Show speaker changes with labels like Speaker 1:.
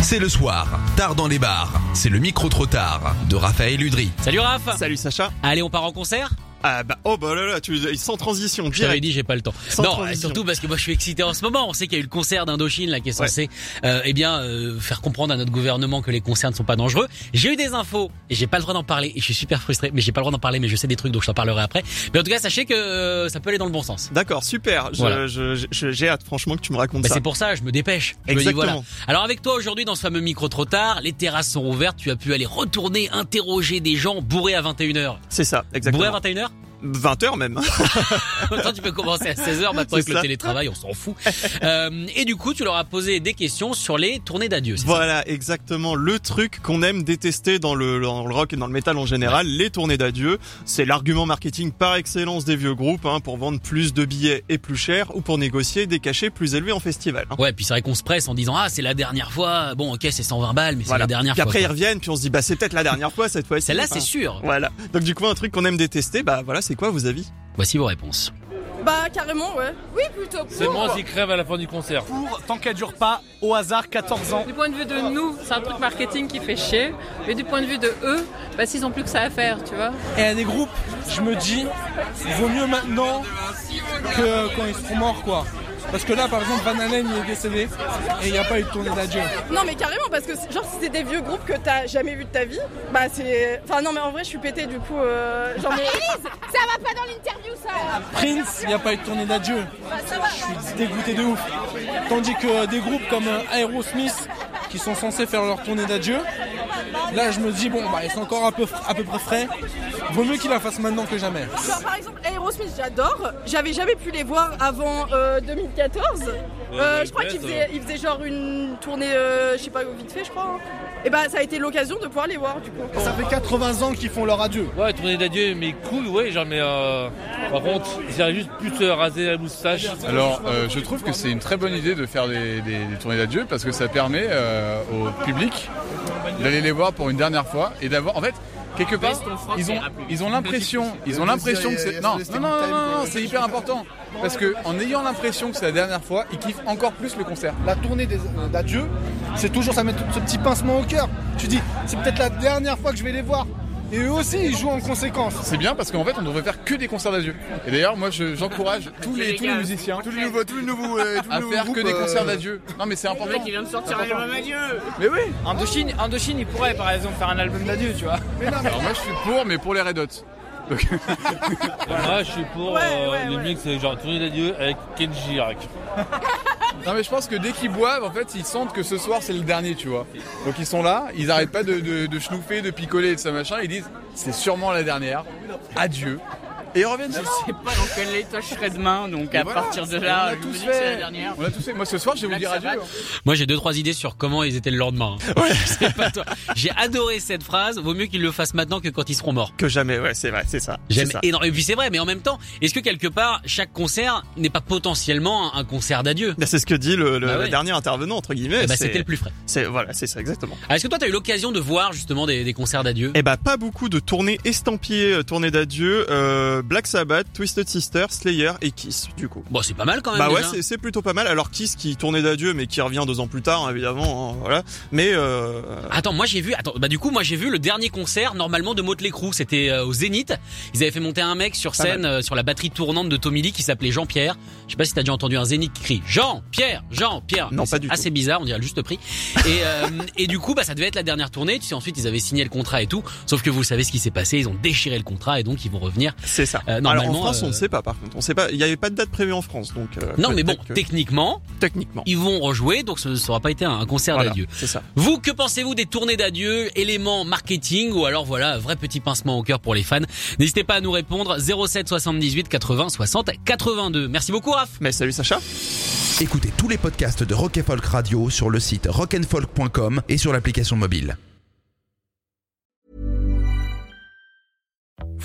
Speaker 1: C'est le soir, tard dans les bars. C'est le micro trop tard de Raphaël Udry.
Speaker 2: Salut Raph
Speaker 3: Salut Sacha.
Speaker 2: Allez, on part en concert
Speaker 3: Ah bah oh bah là là, tu, sans transition,
Speaker 2: Je t'avais
Speaker 3: direct.
Speaker 2: dit, j'ai pas le temps.
Speaker 3: Sans
Speaker 2: non, euh,
Speaker 3: transition.
Speaker 2: surtout parce que moi je suis excité en ce moment. On sait qu'il y a eu le concert d'Indochine là qui est censé euh, eh bien euh, faire comprendre à notre gouvernement que les concerts ne sont pas dangereux. J'ai eu des infos et j'ai pas le droit d'en parler et je suis super frustré, mais j'ai pas le droit d'en parler mais je sais des trucs donc je t'en parlerai après. Mais en tout cas, sachez que euh, ça peut aller dans le bon sens.
Speaker 3: D'accord, super. Je-
Speaker 2: Voilà.
Speaker 3: je- je- je- j'ai hâte franchement que tu me racontes
Speaker 2: Bah,
Speaker 3: ça.
Speaker 2: c'est pour ça, je me dépêche. Je me dis,
Speaker 3: Exactement.
Speaker 2: voilà. Alors avec toi aujourd'hui dans ce fameux micro trop tard, les terrasses sont ouvertes, tu as pu aller retourner interroger des gens bourrés à 21h.
Speaker 3: C'est ça,
Speaker 2: Bourrés
Speaker 3: exactement.
Speaker 2: à 21h
Speaker 3: 20 heures même.
Speaker 2: Maintenant, tu peux commencer à 16h, maintenant avec
Speaker 3: C'est
Speaker 2: le
Speaker 3: ça.
Speaker 2: télétravail, on s'en fout. Euh, et du coup, tu leur as posé des questions sur les tournées d'adieu. c'est ça
Speaker 3: voilà, exactement le truc qu'on aime détester dans le, dans le rock et dans le métal en général, les tournées d'adieu. C'est l'argument marketing par excellence des vieux groupes hein, pour vendre plus de billets et plus cher ou pour négocier des cachets plus élevés en festival. hein.
Speaker 2: Ouais, puis c'est vrai qu'on se presse en disant ah c'est la dernière fois. Bon, ok, c'est 120 balles, mais c'est
Speaker 3: Voilà.
Speaker 2: la dernière
Speaker 3: Puis
Speaker 2: fois.
Speaker 3: après ils
Speaker 2: quoi.
Speaker 3: reviennent, puis on se dit bah c'est peut-être la dernière fois cette fois-ci.
Speaker 2: Celle-là,
Speaker 3: Enfin,
Speaker 2: c'est sûr.
Speaker 3: Voilà. Donc du coup un truc qu'on aime détester, bah voilà, c'est quoi vos avis
Speaker 2: Voici vos réponses.
Speaker 4: Bah carrément ouais. Oui plutôt.
Speaker 5: C'est moi qui crève à la fin du concert.
Speaker 6: pour tant qu'elle dure pas au hasard 14 ans.
Speaker 7: Du point de vue de nous, c'est un truc marketing qui fait chier. Mais du point de vue de eux, bah, s'ils ont plus que ça à faire, tu vois.
Speaker 6: Et à des groupes, je me dis, vaut mieux maintenant que quand ils seront morts quoi. Parce que là par exemple Van Halen il est décédé et il n'y a pas eu de tournée d'adieu.
Speaker 4: Non mais carrément parce que c'est- genre si c'est des vieux groupes que t'as jamais vu de ta vie, bah c'est. Enfin non mais en vrai je suis pété du coup. euh, genre mais-
Speaker 7: Ça va pas dans l'interview, ça
Speaker 6: Prince, il n'y a pas eu de tournée d'adieu. Je suis dégoûté de ouf. Tandis que des groupes comme euh, Aerosmith qui sont censés faire leur tournée d'adieu, là je me dis bon bah ils sont encore à peu, à peu près frais. Vaut mieux qu'ils la fassent maintenant que jamais.
Speaker 4: Genre, par exemple Aerosmith j'adore, j'avais jamais pu les voir avant euh, 2014. Euh, je crois qu'ils faisaient, ils faisaient genre une tournée, euh, je sais pas vite fait je crois. hein. Et bah ça a été l'occasion de pouvoir les voir du coup.
Speaker 6: Ça fait 80 ans qu'ils font leur adieu.
Speaker 5: Ouais, tournée d'adieu, mais cool, ouais, genre, mais euh, par contre, j'arrive juste plus euh, raser la moustache.
Speaker 8: Alors, euh, je trouve que c'est une très bonne idée de faire des, des- des tournées d'adieu parce que ça permet euh, au public d'aller les voir pour une dernière fois et d'avoir, en fait, quelque part, ils ont, ils ont l'impression, ils ont l'impression que c'est non, non, non, non, non, non, c'est hyper important parce que en ayant l'impression que c'est la dernière fois, ils kiffent encore plus le concert.
Speaker 6: la tournée des- euh, d'adieu, c'est toujours ça met tout ce petit pincement au cœur. Tu dis, c'est peut-être la dernière fois que je vais les voir. Et eux aussi, ils jouent en conséquence.
Speaker 8: C'est bien parce qu'en fait, on devrait faire que des concerts d'adieu. Et d'ailleurs, moi, je- j'encourage tous les tous les musiciens
Speaker 7: les
Speaker 8: nouveaux, tous les nouveaux, euh, à faire que des concerts d'adieu. Non, mais c'est important.
Speaker 7: vient de sortir l'album Adieu
Speaker 8: Mais oui.
Speaker 6: Indochine, Indochine, ils pourraient par exemple faire un album d'adieu, tu vois.
Speaker 8: Alors moi, je suis pour, mais pour les Red Hot.
Speaker 5: Moi, je suis pour
Speaker 4: Ouais,
Speaker 5: euh,
Speaker 4: ouais,
Speaker 5: le
Speaker 4: ouais.
Speaker 5: mix, euh, genre, tournée d'adieu avec Kenji Girac.
Speaker 8: Non mais je pense que dès qu'ils boivent, en fait, ils sentent que ce soir c'est le dernier, tu vois. Donc ils sont là, ils arrêtent pas de, de, de chenouffer, de picoler et de ça machin. Ils disent c'est sûrement la dernière. Adieu. Et ils reviennent. Je sais pas dans quel état je serai demain, donc à partir de là, on a tous fait. On a tous fait. Moi ce soir, je vais vous dire adieu.
Speaker 2: Moi, j'ai deux trois idées sur comment ils étaient le lendemain. Je sais pas toi. J'ai adoré cette phrase. Vaut mieux qu'ils le fassent maintenant que quand ils seront morts.
Speaker 3: Que jamais, ouais, c'est vrai, c'est ça. c'est
Speaker 2: J'aime
Speaker 3: ça.
Speaker 2: énormément. Et puis c'est vrai, mais en même temps, est-ce que quelque part, chaque concert n'est pas potentiellement un un concert d'adieu
Speaker 3: Ben, c'est ce que dit le, le-
Speaker 2: Bah ouais.
Speaker 3: le dernier intervenant entre
Speaker 2: Eh
Speaker 3: guillemets.
Speaker 2: ben,
Speaker 3: c'est-
Speaker 2: c'était le plus frais.
Speaker 3: c'est- voilà, c'est ça exactement.
Speaker 2: Ah, Est-ce que toi, t'as eu l'occasion de voir justement des, des concerts d'adieu
Speaker 3: Eh ben pas beaucoup de tournées estampillées, euh, tournées d'adieu, euh, Black Sabbath, Twisted Sister, Slayer et Kiss du coup.
Speaker 2: Bon, c'est pas mal quand même.
Speaker 3: Bah ouais,
Speaker 2: déjà.
Speaker 3: c'est- c'est plutôt pas mal. Alors Kiss qui tournait d'adieu mais qui revient deux ans plus tard hein, évidemment, hein, voilà. Mais euh,
Speaker 2: Attends, moi j'ai vu. Attends, bah du coup, moi j'ai vu le dernier concert normalement de Motley Crue. C'était euh, au Zénith. Ils avaient fait monter un mec sur scène euh, sur la batterie tournante de Tommy Lee qui s'appelait Jean-Pierre. Je sais pas si t'as déjà entendu un Zénith qui crie Jean-Pierre, Jean-Pierre.
Speaker 3: Non,
Speaker 2: Mais
Speaker 3: pas
Speaker 2: c'est
Speaker 3: du tout.
Speaker 2: Assez bizarre, on dirait juste le prix. Et, euh, et du coup, bah ça devait être la dernière tournée. Tu sais, ensuite ils avaient signé le contrat et tout. Sauf que vous savez ce qui s'est passé. Ils ont déchiré le contrat et donc ils vont revenir
Speaker 3: c'est ça.
Speaker 2: Euh,
Speaker 3: Alors en
Speaker 2: normalement,
Speaker 3: France, on
Speaker 2: euh,
Speaker 3: ne sait pas. Par contre, on sait pas. Il n'y avait pas de date prévue en France, donc. euh,
Speaker 2: Non, mais bon,
Speaker 3: peut-être que-
Speaker 2: techniquement,
Speaker 3: techniquement.
Speaker 2: ils vont rejouer, donc ce n'aura pas été un un concert
Speaker 3: Voilà,
Speaker 2: d'adieu.
Speaker 3: c'est ça.
Speaker 2: Vous, que pensez-vous des tournées d'adieu, éléments marketing ou alors voilà, un vrai petit pincement au cœur pour les fans N'hésitez pas à nous répondre 07 78 80 60 82. Merci beaucoup Raph.
Speaker 3: Mais salut Sacha.
Speaker 1: Écoutez tous les podcasts de Rock and Folk Radio sur le site rockandfolk.com et sur l'application mobile.